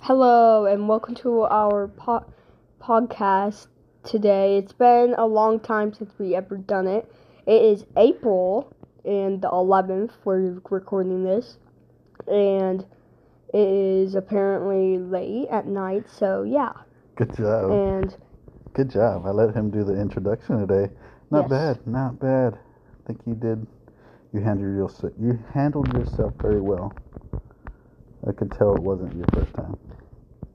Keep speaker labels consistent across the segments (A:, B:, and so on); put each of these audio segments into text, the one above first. A: Hello and welcome to our po- podcast today. It's been a long time since we ever done it. It is April and the 11th we're recording this and it is apparently late at night. So yeah.
B: Good job.
A: And
B: Good job. I let him do the introduction today. Not
A: Yes.
B: bad. Not bad. I think you did. You handled yourself. You handled yourself very well. I could tell it wasn't your first time.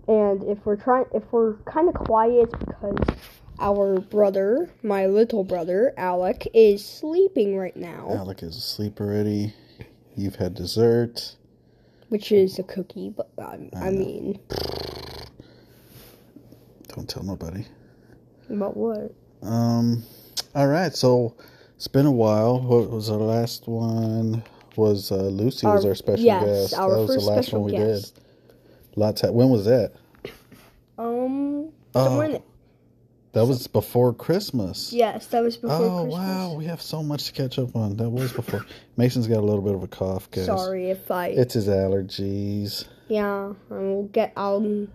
A: And if we're trying, if we're kind of quiet, it's because our brother, my little brother Alec, is sleeping right now,
B: Oh. Alec is asleep already. You've had dessert.
A: which is a cookie. But um, I,
B: I know.
A: mean,
B: Don't tell nobody.
A: about what?
B: Um. All right. So it's been a while. What was our last one? Was uh, Lucy was our special
A: yes,
B: guest?
A: our
B: that was
A: first
B: the last
A: special
B: one we
A: guest.
B: did. Lots. Ha- when was that?
A: Um,
B: Oh,
A: somewhere in-
B: that was before Christmas.
A: yes, that was before
B: Oh
A: Christmas.
B: wow, we have so much to catch up on. That was before. Mason's got a little bit of a cough, guys.
A: Sorry if I.
B: It's his allergies.
A: yeah, I'll get. I'll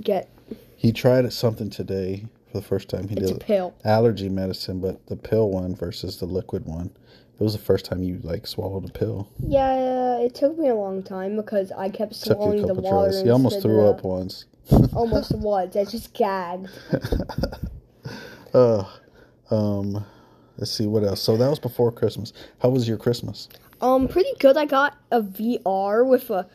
A: get.
B: He tried something today for the first time. He
A: It's a
B: did
A: pill.
B: allergy medicine, but the pill one versus the liquid one. It was the first time you like swallowed a pill.
A: Yeah, it took me a long time because I kept
B: Took you
A: swallowing
B: a
A: the
B: couple
A: water.
B: tries. You almost
A: instead
B: threw
A: of-
B: up once.
A: Almost was. I just gagged.
B: Uh, um, let's see what else. So that was before Christmas. How was your Christmas?
A: Um, pretty good. I got a VR with a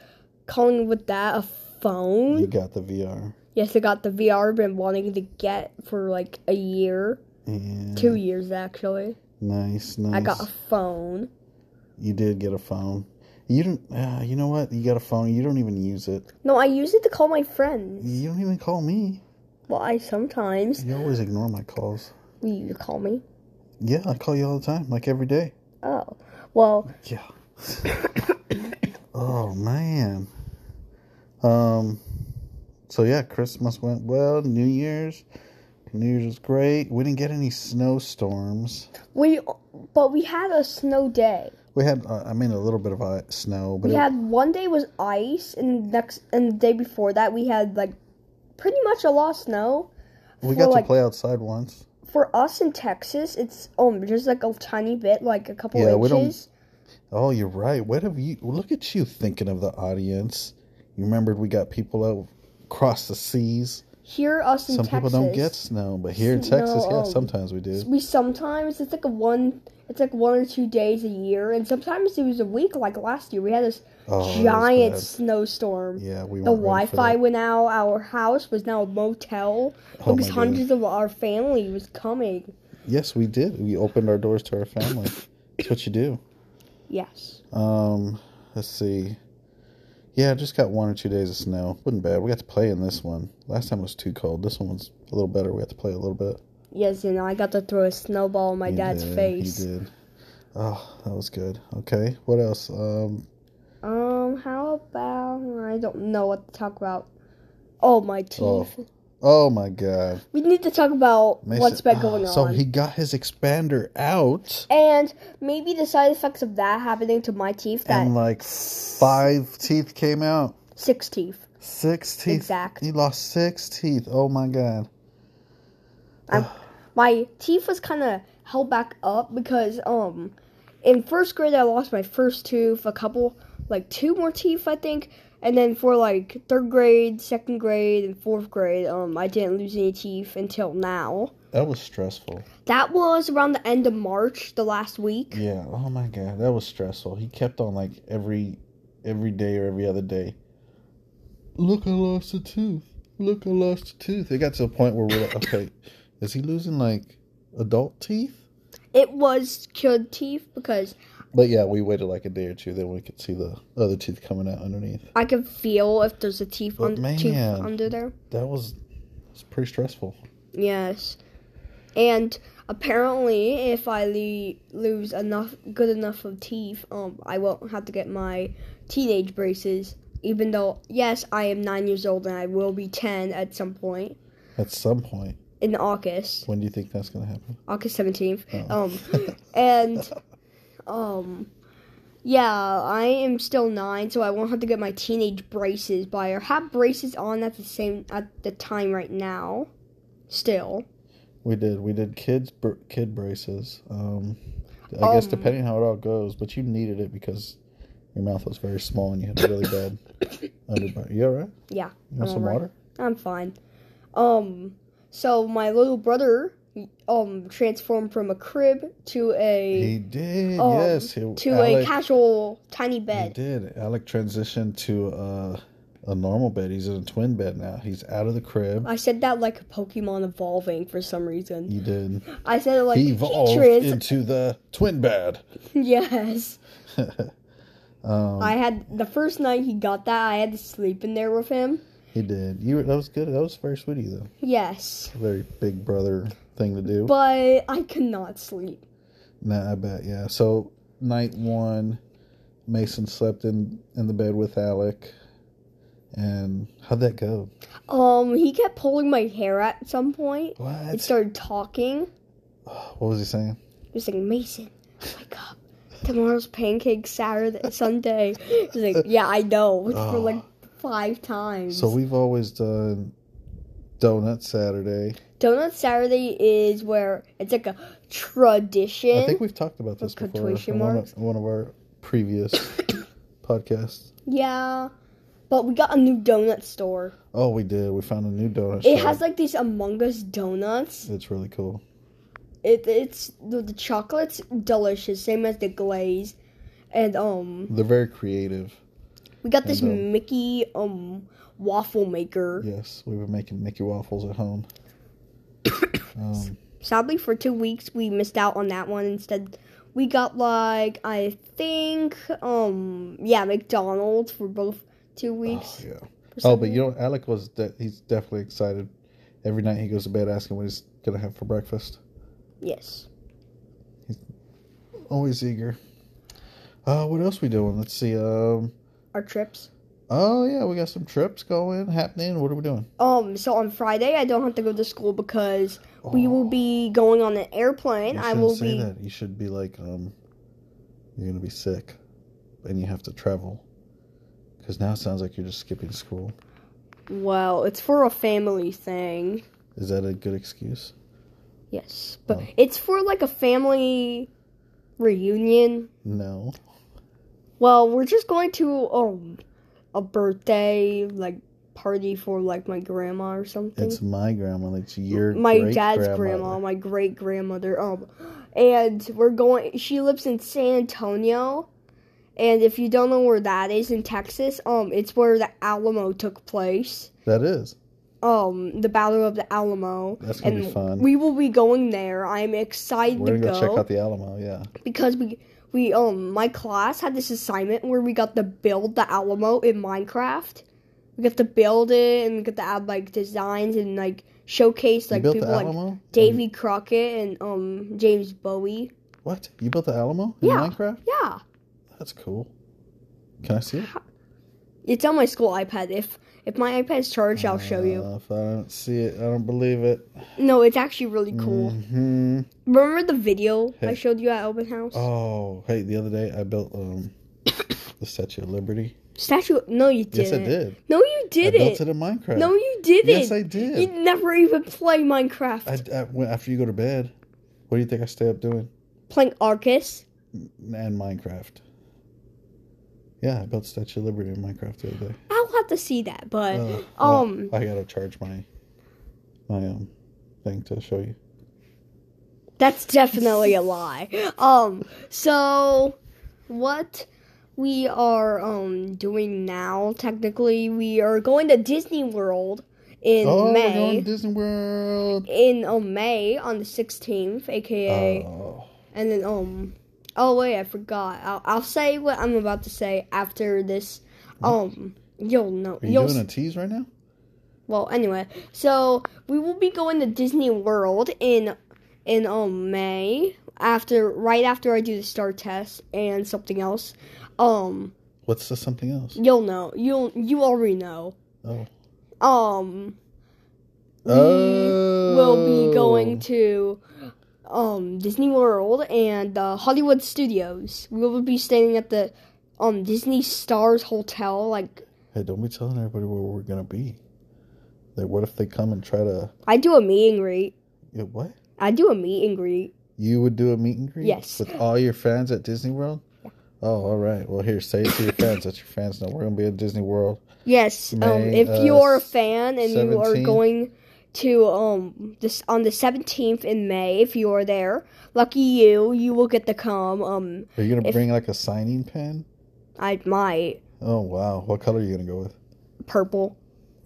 A: calling with that a
B: You
A: phone.
B: got the VR.
A: Yes, I got the VR. Been wanting to get for like a year,
B: And
A: two years actually.
B: Nice, Mm. nice.
A: I got a phone.
B: You did get a phone. You don't. Uh, you know what? You got a phone. You don't even use it.
A: No, I use it to call my friends.
B: You don't even call me.
A: Well, I sometimes
B: You always ignore my calls.
A: Will you call me.
B: Yeah, I call you all the time, like every day.
A: Oh, well,
B: Yeah. oh man. Um. So yeah, Christmas went well. New Year's. New Year's was great. We didn't get any snowstorms.
A: we but we had a snow day.
B: We had, uh, I mean, a little bit of uh, snow, but
A: We
B: it,
A: had one day was ice, and next and the day before that we had like pretty much a lot of snow.
B: we got
A: well, like-
B: to play outside once.
A: for us in Texas, it's um just like a tiny bit, like a couple
B: Yeah,
A: inches.
B: we don't- Oh, you're right. What have you? Look at you thinking of the audience. You remembered we got people out across the seas.
A: Here, us in
B: Some people
A: Texas,
B: don't get snow, but here in
A: Snow,
B: Texas, yeah,
A: um,
B: sometimes we do.
A: we sometimes it's like a one, it's like one or two days a year, and sometimes it was a week. Like last year, we had this
B: Oh, that was
A: giant
B: bad.
A: snowstorm.
B: Yeah, we
A: The
B: weren't ready for
A: Wi-Fi
B: that.
A: went out. Our house was now a motel
B: Oh
A: because
B: my
A: hundreds of our family was coming.
B: Yes, we did. We opened our doors to our family. That's what you do.
A: Yes,
B: Um, let's see. Yeah, just got one or two days of snow. wasn't bad. We got to play in this one. Last time was too cold. This one was a little better. We got to play a little bit.
A: yes, and I got to throw a snowball in my
B: He
A: dad's
B: did,
A: face.
B: He did. Oh, that was good. Okay, what else? Um,
A: Um, how about I don't know what to talk about. Oh my teeth.
B: Oh. oh my God.
A: We need to talk about
B: Mason-
A: what's been
B: Ah,
A: going
B: So
A: on.
B: he got his expander out
A: and maybe the side effects of that happening to my teeth that
B: and like five teeth came out.
A: six teeth.
B: Six teeth.
A: Exact.
B: He lost six teeth. Oh my god.
A: My teeth was kinda held back up because um in first grade I lost my first tooth, a couple like two more teeth I think. And then for like third grade, second grade, and fourth grade, um, I didn't lose any teeth until now.
B: That was stressful.
A: That was around the end of March, the last week.
B: Yeah. Oh my god. That was stressful. He kept on like every every day or every other day. Look, I lost a tooth. Look, I lost a tooth. It got to a point where we're like, okay, is he losing like adult teeth?
A: It was kid teeth because
B: But yeah, we waited like a day or two, then we could see the other teeth coming out underneath.
A: I can feel if there's a teeth,
B: But
A: un- tooth
B: man.
A: under there.
B: That was, was pretty stressful.
A: Yes, and apparently, if I le- lose enough, good enough of teeth, um, I won't have to get my teenage braces. Even though, yes, I am nine years old and I will be ten at some point.
B: At some point,
A: in August,
B: When do you think that's gonna happen?
A: August 17th.
B: Oh.
A: Um, and, um, yeah, I am still nine, so I won't have to get my teenage braces by or have braces on at the same at the time right now. Still,
B: We did. We did kids br- kid braces. Um, I guess
A: Um.
B: depending how it all goes, but you needed it because your mouth was very small and you had a really bad underbite. You all right?
A: Yeah,
B: You want
A: I'm
B: some
A: all right.
B: water?
A: I'm fine. Um, so my little brother, um, transformed from a crib to a
B: He did.
A: um,
B: yes. He,
A: to a
B: Alec,
A: casual tiny
B: he
A: bed.
B: did. Alec transitioned to a, a normal bed. He's in a twin bed now. He's out of the crib.
A: I said that like Pokemon evolving for some reason.
B: You did.
A: I said it like
B: he evolved
A: trans-
B: into the twin bed.
A: yes.
B: Um,
A: I had the first night he got that. I had to sleep in there with him.
B: he did. You were, that was good. That was very sweet of you, though.
A: Yes,
B: Very big brother thing to do.
A: but I could not sleep.
B: Nah, I bet. Yeah. So night one, Mason slept in in the bed with Alec, and how'd that go?
A: Um, he kept pulling my hair at some point.
B: What?
A: It started talking.
B: what was he saying?
A: He was like, Mason, wake up. Tomorrow's pancake Saturday, Sunday. He's like, yeah, I know. For like five times.
B: Ah. So we've always done donut Saturday.
A: Donut Saturday is where it's like a tradition.
B: I think we've talked about this before
A: Punctuation
B: in one
A: marks.
B: of, one of our previous podcasts.
A: yeah. But we got a new donut store.
B: Oh, we did. We found a new donut.
A: It
B: shop.
A: has like these Among Us donuts.
B: It's really cool.
A: It, it's the, the chocolate's delicious, same as the glaze. And um,
B: They're very creative.
A: we got this
B: And, um,
A: Mickey um waffle maker.
B: Yes, we were making Mickey waffles at home. um,
A: sadly for two weeks we missed out on that one instead we got like i think um yeah mcdonald's for both two
B: oh,
A: weeks
B: yeah.
A: for
B: Oh,
A: some
B: but
A: reason.
B: you know, Alec was de- he's definitely excited. Every night he goes to bed asking what he's gonna have for breakfast.
A: yes
B: Always eager. Uh, what else we doing? Let's see. Um,
A: our trips
B: oh yeah, we got some trips going happening. What are we doing?
A: um so on friday i don't have to go to school because we will
B: Oh,
A: be going on an airplane
B: You
A: i
B: shouldn't
A: will
B: say
A: be
B: that. You should be like, um, you're gonna be sick, and you have to travel. Because now it sounds like you're just skipping school.
A: well it's for a family thing
B: Is that a good excuse?
A: yes but
B: Oh.
A: it's for like a family reunion
B: No.
A: Well, we're just going to um a birthday like party for like my grandma or something.
B: It's my grandma. It's your
A: Mm. my dad's
B: great-grandmother.
A: grandma, my great grandmother. Um, and we're going. She lives in San Antonio, and if you don't know where that is in Texas, um, it's where the Alamo took place.
B: That is.
A: Um, the Battle of the Alamo.
B: That's gonna
A: And
B: be fun.
A: we will be going there. I'm excited
B: We're
A: to
B: gonna go check out the Alamo. Yeah.
A: because we we um my class had this assignment where we got to build the Alamo in Minecraft. We got to build it and we got to add like designs and like showcase
B: you
A: like
B: built
A: people
B: the
A: like
B: Alamo?
A: Davy Crockett and um James Bowie.
B: What? You built the Alamo in
A: Yeah.
B: Minecraft?
A: Yeah,
B: That's cool. Can I see it?
A: it's on my school iPad. If if my iPad's charged, I'll show you.
B: Uh, if I don't see it, I don't believe it.
A: No, it's actually really cool.
B: hmm
A: Remember the video I
B: mm. Hey.
A: showed you at open house?
B: Oh, hey, the other day I built um the Statue of Liberty.
A: Statue? No, you didn't.
B: Yes, I did.
A: No, you
B: I built
A: didn't.
B: it in Minecraft.
A: No, you didn't.
B: Yes, I did.
A: You never even play Minecraft.
B: I, I went after you go to bed. What do you think I stay up doing?
A: Playing Arcus.
B: And Minecraft. Yeah, I built Statue of Liberty in Minecraft the other day.
A: I'll have to see that, but
B: Ugh, well,
A: um,
B: I gotta charge my my um thing to show you.
A: that's definitely a lie. Um, so what we are um doing now, technically, we are going to Disney World in
B: oh, we're
A: May.
B: going to Disney World.
A: in um, May on the 16th, aka,
B: Oh,
A: and then um, oh wait, I forgot. I'll, I'll say what I'm about to say after this. Um, you'll know.
B: are you
A: will
B: doing a tease right now?
A: Well, anyway, so we will be going to Disney World in in um May after right after I do the star test and something else. Um,
B: What's the something else?
A: you'll know. You'll you already know.
B: Oh,
A: Um, we will be going to um Disney World and uh, Hollywood Studios. We will be staying at the um Disney Stars Hotel. Like
B: Hey, don't be telling everybody where we're gonna be. Like, what if they come and try to?
A: I do a meet and greet.
B: Yeah, what?
A: I do a meet and greet.
B: You would do a meet and greet?
A: Yes.
B: With all your fans at Disney World? Oh, all right. Well, here, say it to your fans. Let your fans know we're gonna be at Disney World.
A: Yes. um,
B: May,
A: if
B: uh,
A: you are a fan and you are
B: 17th?
A: going to um this on the seventeenth in May, if you are there, lucky you, you will get to come. Um,
B: Are you gonna
A: If-
B: bring like a signing pen?
A: I might
B: Oh wow, what color are you gonna go with?
A: purple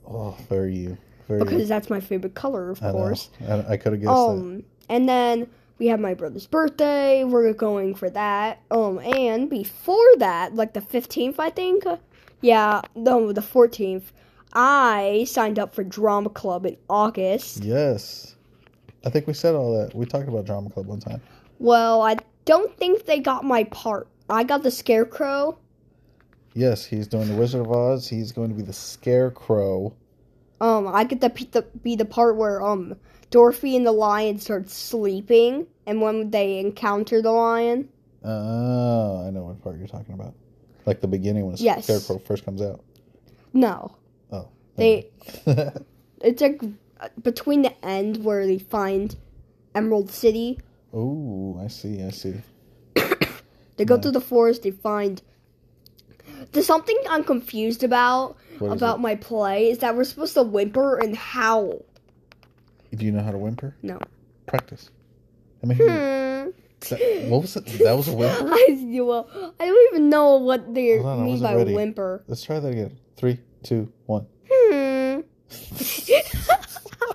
B: Oh, very you, very. you.
A: because that's my favorite color, of
B: I know.
A: course.
B: I, I could have guessed that.
A: Um, and then we have my brother's birthday. We're going for that. Um, and before that, like the fifteenth, I think. Yeah, no, the fourteenth. I signed up for drama club in August.
B: Yes, I think we said all that. We talked about drama club one time.
A: Well, I don't think they got my part. I got the scarecrow.
B: Yes, he's doing the Wizard of Oz. He's going to be the Scarecrow.
A: Um, I get to be the, be the part where um Dorothy and the lion start sleeping, and when they encounter the lion,
B: Oh, I know what part you're talking about. Like the beginning when
A: Yes.
B: Scarecrow first comes out.
A: no,
B: Oh,
A: they
B: okay.
A: it's like between the end where they find Emerald City.
B: oh, I see. I see.
A: They go through the forest. They find. There's something I'm confused about
B: What is
A: about my play is that we're supposed to whimper and howl.
B: it? Do you know how to whimper?
A: No.
B: Practice. I mean, here-
A: Hmm.
B: that- what was it? That was a whimper.
A: I, well, I don't even know what they
B: Hold on, I
A: mean
B: wasn't
A: by
B: ready.
A: whimper.
B: Let's try that again. Three, two, one.
A: Hmm.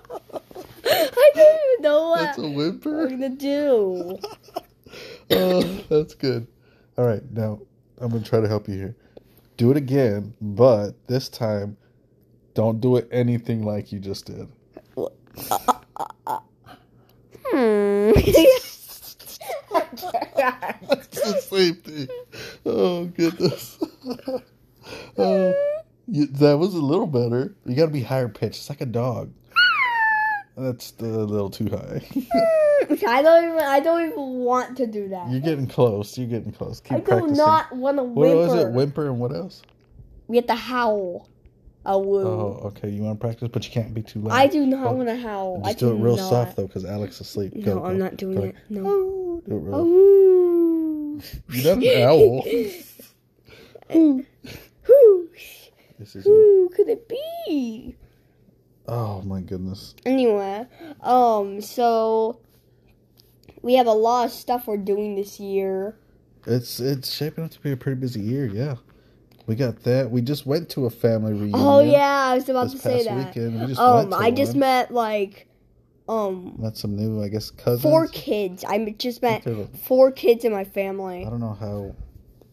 A: I don't even know what
B: a
A: we're
B: whimper.
A: gonna do.
B: oh, that's good. All right, now I'm gonna try to help you here. Do it again, but this time, don't do it anything like you just did.
A: Hmm.
B: It's the same thing. Oh goodness. oh, you, that was a little better. You got to be higher pitched. It's like a dog. That's a little too high.
A: I don't even. I don't even want to do that.
B: You're getting close. You're getting close. Keep
A: I do
B: practicing.
A: not want to
B: what
A: whimper.
B: was it? Whimper and what else?
A: we have to howl. A woo.
B: Oh, okay. You want to practice, but you can't be too loud.
A: I do not
B: Oh,
A: want to howl. I
B: Just do it real
A: not.
B: soft though, because Alex is asleep.
A: No,
B: Go, go.
A: I'm not doing
B: Go.
A: it. No.
B: Do it real.
A: Oh.
B: You're not an owl.
A: Who? Who?
B: This is.
A: Who could it be?
B: Oh my goodness.
A: Anyway, um, so we have a lot of stuff we're doing this year.
B: It's it's shaping up to be a pretty busy year. Yeah, we got that. We just went to a family reunion.
A: Oh yeah, I was about
B: Mm-hmm. this
A: to say
B: past
A: that.
B: weekend. We just went
A: Um,
B: to
A: I just
B: one.
A: met like um
B: Met some new, I guess, cousins.
A: four kids. I m- just met
B: Okay, look.
A: four kids in my
B: I
A: family.
B: don't know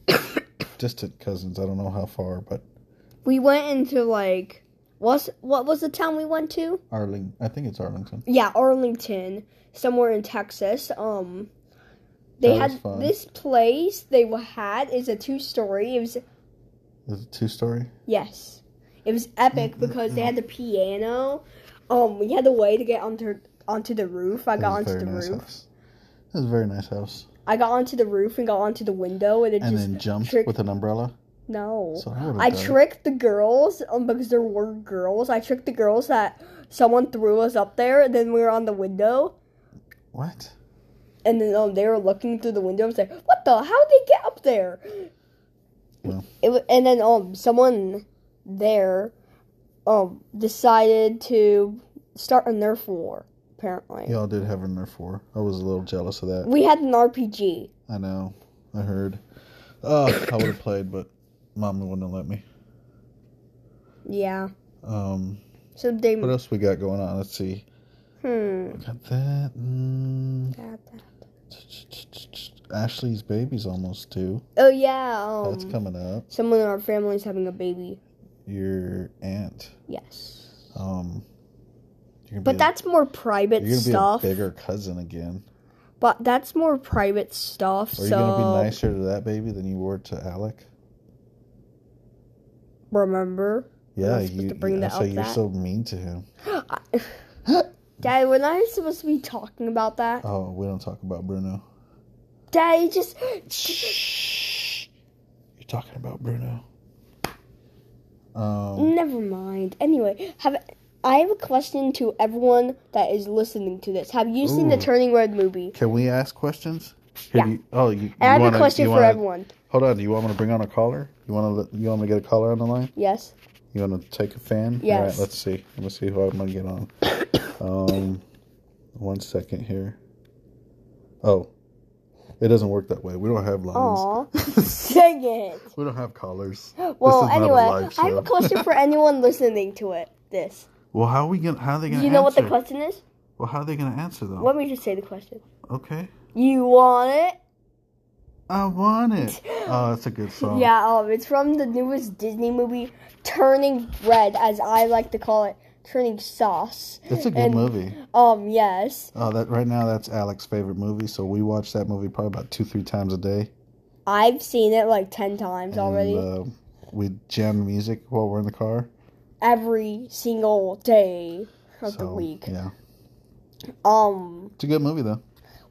B: how distant cousins. I don't know how far, but
A: We went into like what's what was the town we went to?
B: Arling. I think it's Arlington.
A: Yeah, Arlington, somewhere in Texas. Um, they
B: That was
A: had
B: fun.
A: this place they wa- had is a two story. It was
B: Is it two story?
A: Yes. It was epic
B: Mm-hmm.
A: because they had the piano. Um, we had the way to get onto onto the roof. I got
B: That was a
A: onto the
B: very nice
A: roof.
B: house. That was a very nice house.
A: I got onto the roof and got onto the window, and it
B: And
A: just
B: then jumped
A: trick-
B: with an umbrella.
A: no.
B: So I would have
A: I
B: done it.
A: tricked the girls um, because there were girls. I tricked the girls that someone threw us up there, and then we were on the window,
B: What?
A: and then um, they were looking through the window and saying, "What the? How did they get up there?"
B: Well.
A: It wa- and then um someone there um decided to start a Nerf war. Apparently,
B: Y'all did have a Nerf war. I was a little jealous of that.
A: we had an RPG.
B: I know. I heard. Oh, I would have played, but mommy wouldn't have let me.
A: Yeah.
B: Um,
A: So they
B: what else we got going on? Let's see.
A: hmm.
B: We got that. Mm. Ashley's baby's almost due.
A: Oh yeah. Um,
B: That's coming up.
A: someone in our family is having a baby.
B: Your aunt.
A: Yes.
B: Um, you're gonna
A: But
B: be
A: that's more
B: a,
A: private
B: you're gonna
A: stuff.
B: be a bigger cousin again.
A: But that's more private stuff.
B: Are you
A: so
B: gonna be nicer to that baby than you were to Alec?
A: remember.
B: Yeah,
A: I supposed
B: you.
A: to bring
B: you-
A: that
B: I say
A: up
B: you're
A: that?
B: so mean to him.
A: Dad, we're not supposed to be talking about that.
B: Oh, we don't talk about Bruno.
A: Dad, you just.
B: Shh. You're talking about Bruno. Um,
A: Never mind. Anyway, have I have a question to everyone that is listening to this. Have you seen the
B: Ooh.
A: Turning Red movie?
B: can we ask questions? Here,
A: Yeah.
B: do you- oh, you, you
A: And I have
B: wanna,
A: a question
B: you
A: for
B: wanna,
A: everyone.
B: Hold on. Do you want me to bring on a caller? You want to? You want me to get a caller on the line?
A: Yes.
B: You want to take a fan? All
A: Yes.
B: right. Let's see. Let me see who I'm gonna get on. um, one second here. Oh, it doesn't work that way. We don't have lines.
A: Aw. Dang it.
B: We don't have callers.
A: Well,
B: this is not a
A: anyway,
B: live show.
A: I have a question for anyone listening to it. This.
B: well, how are we gonna? How are they gonna?
A: You know what the
B: answer? Oh.
A: question is?
B: Well, how are they gonna answer though?
A: Let me just say the question.
B: Okay.
A: You want it?
B: I want it. Oh, that's a good song.
A: Yeah, um, it's from the newest Disney movie, Turning Red, as I like to call it, Turning Sauce.
B: It's a good
A: And-
B: movie.
A: Um, yes,
B: Oh, that right now that's Alex's favorite movie. So we watch that movie probably about two, three times a day.
A: I've seen it like ten times already.
B: And, uh, we jam music while we're in the car.
A: every single day of the
B: So,
A: week.
B: Yeah,
A: Um,
B: it's a good movie though.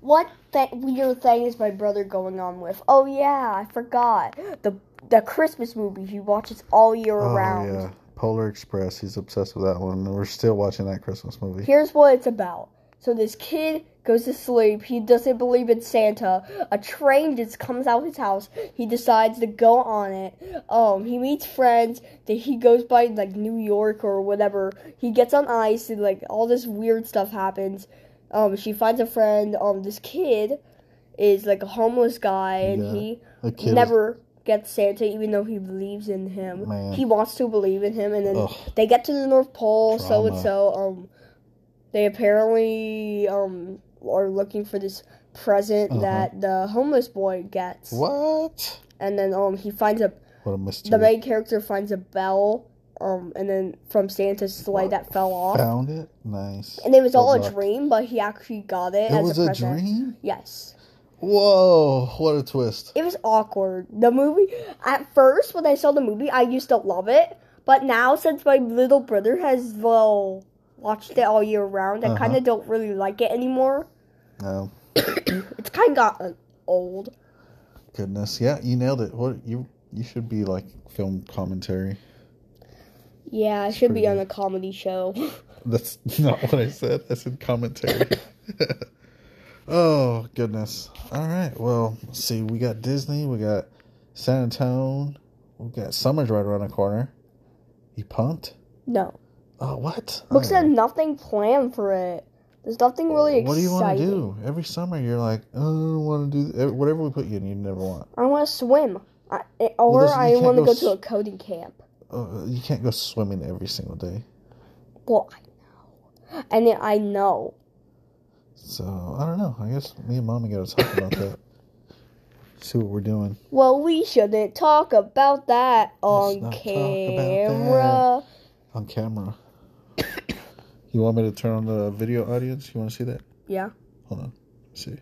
A: what th- weird thing is my brother going on with? Oh yeah, I forgot the the Christmas movie he watches all year round.
B: Oh, yeah, Polar Express. He's obsessed with that one, and we're still watching that Christmas movie.
A: Here's what it's about. So this kid goes to sleep. He doesn't believe in Santa. A train just comes out of his house. He decides to go on it. Um, he meets friends. Then he goes by like New York or whatever. He gets on ice and like all this weird stuff happens. Um, she finds a friend. Um, this kid is like a homeless guy and
B: Yeah.
A: he
B: The kid is-
A: never gets Santa, even though he believes in him.
B: Man.
A: He wants to believe in him, and then
B: Ugh.
A: they get to the North Pole. So and
B: Drama.
A: so, um, they apparently um are looking for this present
B: Uh-huh.
A: that the homeless boy gets,
B: what?
A: and then um he finds a
B: What a mystery!
A: the main character finds a bell, um, and then from Santa's sleigh
B: What?
A: that fell off.
B: Found it. Nice.
A: And it was
B: Good
A: all a
B: luck.
A: dream, but he actually got it,
B: It
A: as
B: was
A: a
B: a
A: present.
B: dream.
A: Yes.
B: Whoa! What a twist.
A: it was awkward. The movie at first when I saw the movie, I used to love it, but now since my little brother has well watched it all year round, I
B: Uh-huh.
A: kind of don't really like it anymore.
B: No
A: It's kind of gotten old.
B: goodness. Yeah, you nailed it. What you you should be like film commentary.
A: Yeah, I should be
B: pretty
A: on a comedy show.
B: That's not what I said. I said commentary. oh goodness. All right. Well, let's see. We got Disney. We got San Antonio. We got summer's right around the corner. You pumped?
A: no,
B: Oh what?
A: books
B: Oh.
A: have nothing planned for it. There's nothing really exciting.
B: What do you want to do? Every summer you're like, "Oh, I don't want to do whatever we put you in. You never want.
A: I want to swim, I, or
B: there's- you
A: I
B: can't
A: want to
B: go
A: go
B: s-
A: to a coding camp.
B: Uh, you can't go swimming every single day.
A: Well, I know, and then I know.
B: So I don't know. I guess me and mommy gotta talk about that. See what we're doing.
A: Well, we shouldn't talk about that
B: Let's
A: on
B: not talk about
A: camera.
B: on camera. you want me to turn on the video audience? You want to see that?
A: Yeah.
B: Hold on. Let's see.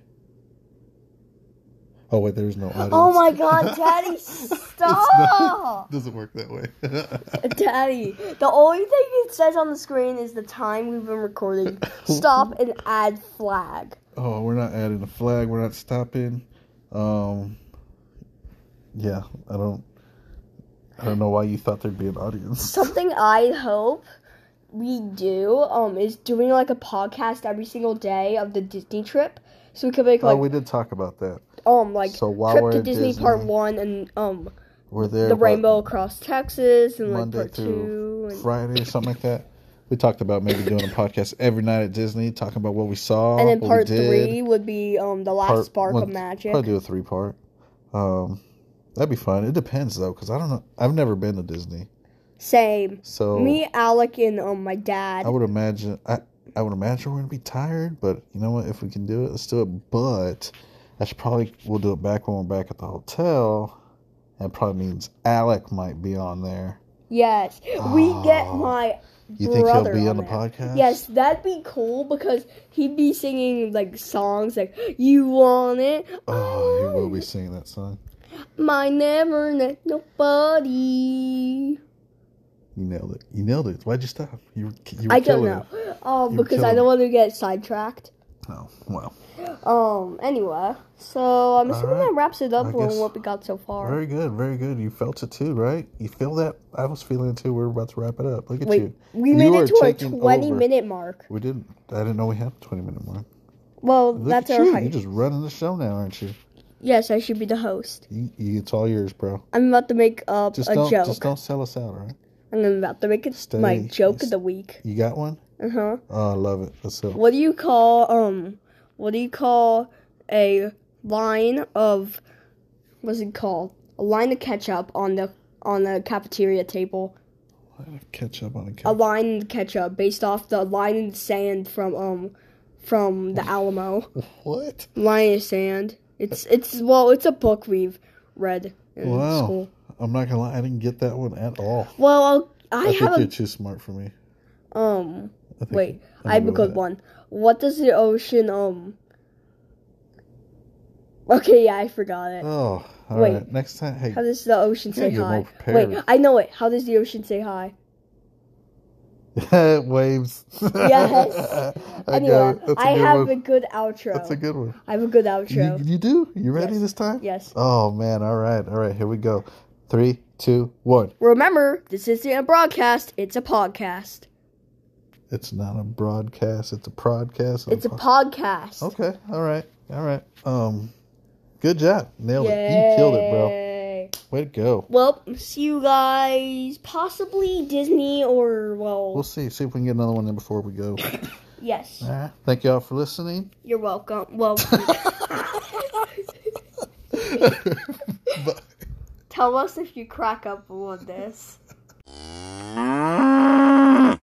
B: Oh wait, there's no audience.
A: Oh my god, Daddy,
B: It's not-
A: stop!
B: doesn't work that way.
A: Daddy, the only thing it says on the screen is the time we've been recording. Stop and add flag.
B: oh, we're not adding a flag. We're not stopping. Um. Yeah, I don't. I don't know why you thought there'd be an audience.
A: Something I hope we do um is doing like a podcast every single day of the Disney trip. So we could make
B: Oh,
A: like
B: we did talk about that.
A: um like
B: So while
A: trip
B: we're
A: to
B: at
A: Disney, part
B: Disney-
A: one and um
B: We're there.
A: the
B: but
A: rainbow across Texas and like
B: Monday
A: part two
B: through
A: and
B: Friday or something like that. We talked about maybe doing a podcast every night at Disney, talking about what we saw,
A: And then
B: what
A: part
B: we did.
A: three would be um the last
B: part-
A: spark of
B: one-
A: magic.
B: Probably do a three part. Um, that'd be fun. It depends though, because I don't know. I've never been to Disney,
A: Same.
B: so
A: Me, Alec, and um my dad.
B: I would imagine. I I would imagine we're gonna be tired, but you know what? If we can do it, let's do it. But that's probably we'll do it back when we're back at the hotel. That probably means Alec might be on there.
A: yes, we get
B: Oh.
A: my
B: You think
A: brother
B: he'll be
A: on
B: on the
A: there.
B: podcast?
A: Yes, that'd be cool because he'd be singing like songs like "You Want It." I
B: Oh, he will
A: want
B: be
A: it,
B: singing that song.
A: My never net nobody.
B: You nailed it. You nailed it. Why'd you stop? You, you were
A: I don't
B: killing
A: know. Um,
B: You're
A: because I don't
B: killing
A: want to get sidetracked.
B: Oh, well.
A: Um, anyway, so I'm assuming
B: Alright.
A: that wraps it up
B: I
A: on
B: guess-
A: what we got so far.
B: Very good, very good. You felt it too, right? You feel that? I was feeling it too. We are about to wrap it up. Look at
A: Wait,
B: you.
A: we
B: You
A: made
B: are
A: it to our
B: taking
A: 20
B: over.
A: minute mark.
B: We didn't. I didn't know we had a twenty minute mark.
A: Well,
B: Look
A: that's
B: at
A: our
B: you.
A: height.
B: You're just running the show now, aren't you?
A: Yes, I should be the host.
B: you, you it's all yours, bro.
A: I'm about to make up
B: Just
A: a
B: don't.
A: joke.
B: Just don't sell us out, all right?
A: I'm about to make it
B: Stay-
A: my joke
B: s-
A: of the week.
B: You got one?
A: Uh huh.
B: Oh, I love it. Let's go.
A: What do you call um? What do you call a line of? What's it called? A line of ketchup on the on the cafeteria table.
B: Catch up on a
A: A
B: catch.
A: line in ketchup based off the line in the sand from um from the Alamo.
B: What?
A: Line in sand. It's it's well it's a book we've read in
B: Wow.
A: school.
B: I'm not gonna lie. I didn't get that one at all.
A: Well, I'll, I,
B: I, think
A: have
B: you're
A: a
B: too smart for me.
A: um.
B: I think
A: Wait,
B: I'm
A: I have a
B: good
A: good
B: at it.
A: one. What does the ocean um? Okay, yeah, I forgot it.
B: Oh, all
A: Wait.
B: right. Next time, hey,
A: How does the ocean
B: Yeah,
A: say
B: you're
A: hi?
B: more
A: Wait,
B: prepared.
A: I know it. How does the ocean say hi?
B: waves.
A: Yes.
B: I got
A: anyway,
B: it. That's a
A: I
B: good
A: have
B: one.
A: a good outro.
B: That's a good one.
A: I have a good
B: You,
A: outro.
B: you do? You ready
A: Yes.
B: this time?
A: yes.
B: Oh man! All right, all right. Here we go. Three, two, one.
A: Remember, this isn't a broadcast. It's a podcast.
B: It's not a broadcast. It's a podcast.
A: It's a podcast.
B: Okay. All right. All right. Um, good job. Nailed it. You killed it, bro.
A: Yay.
B: Way to go.
A: Well, see you guys. Possibly Disney or well,
B: We'll uh, see. See if we can get another one in before we go.
A: yes.
B: All right. Thank y'all for listening.
A: You're welcome. Well,
B: Bye.
A: tell us if you crack up on this.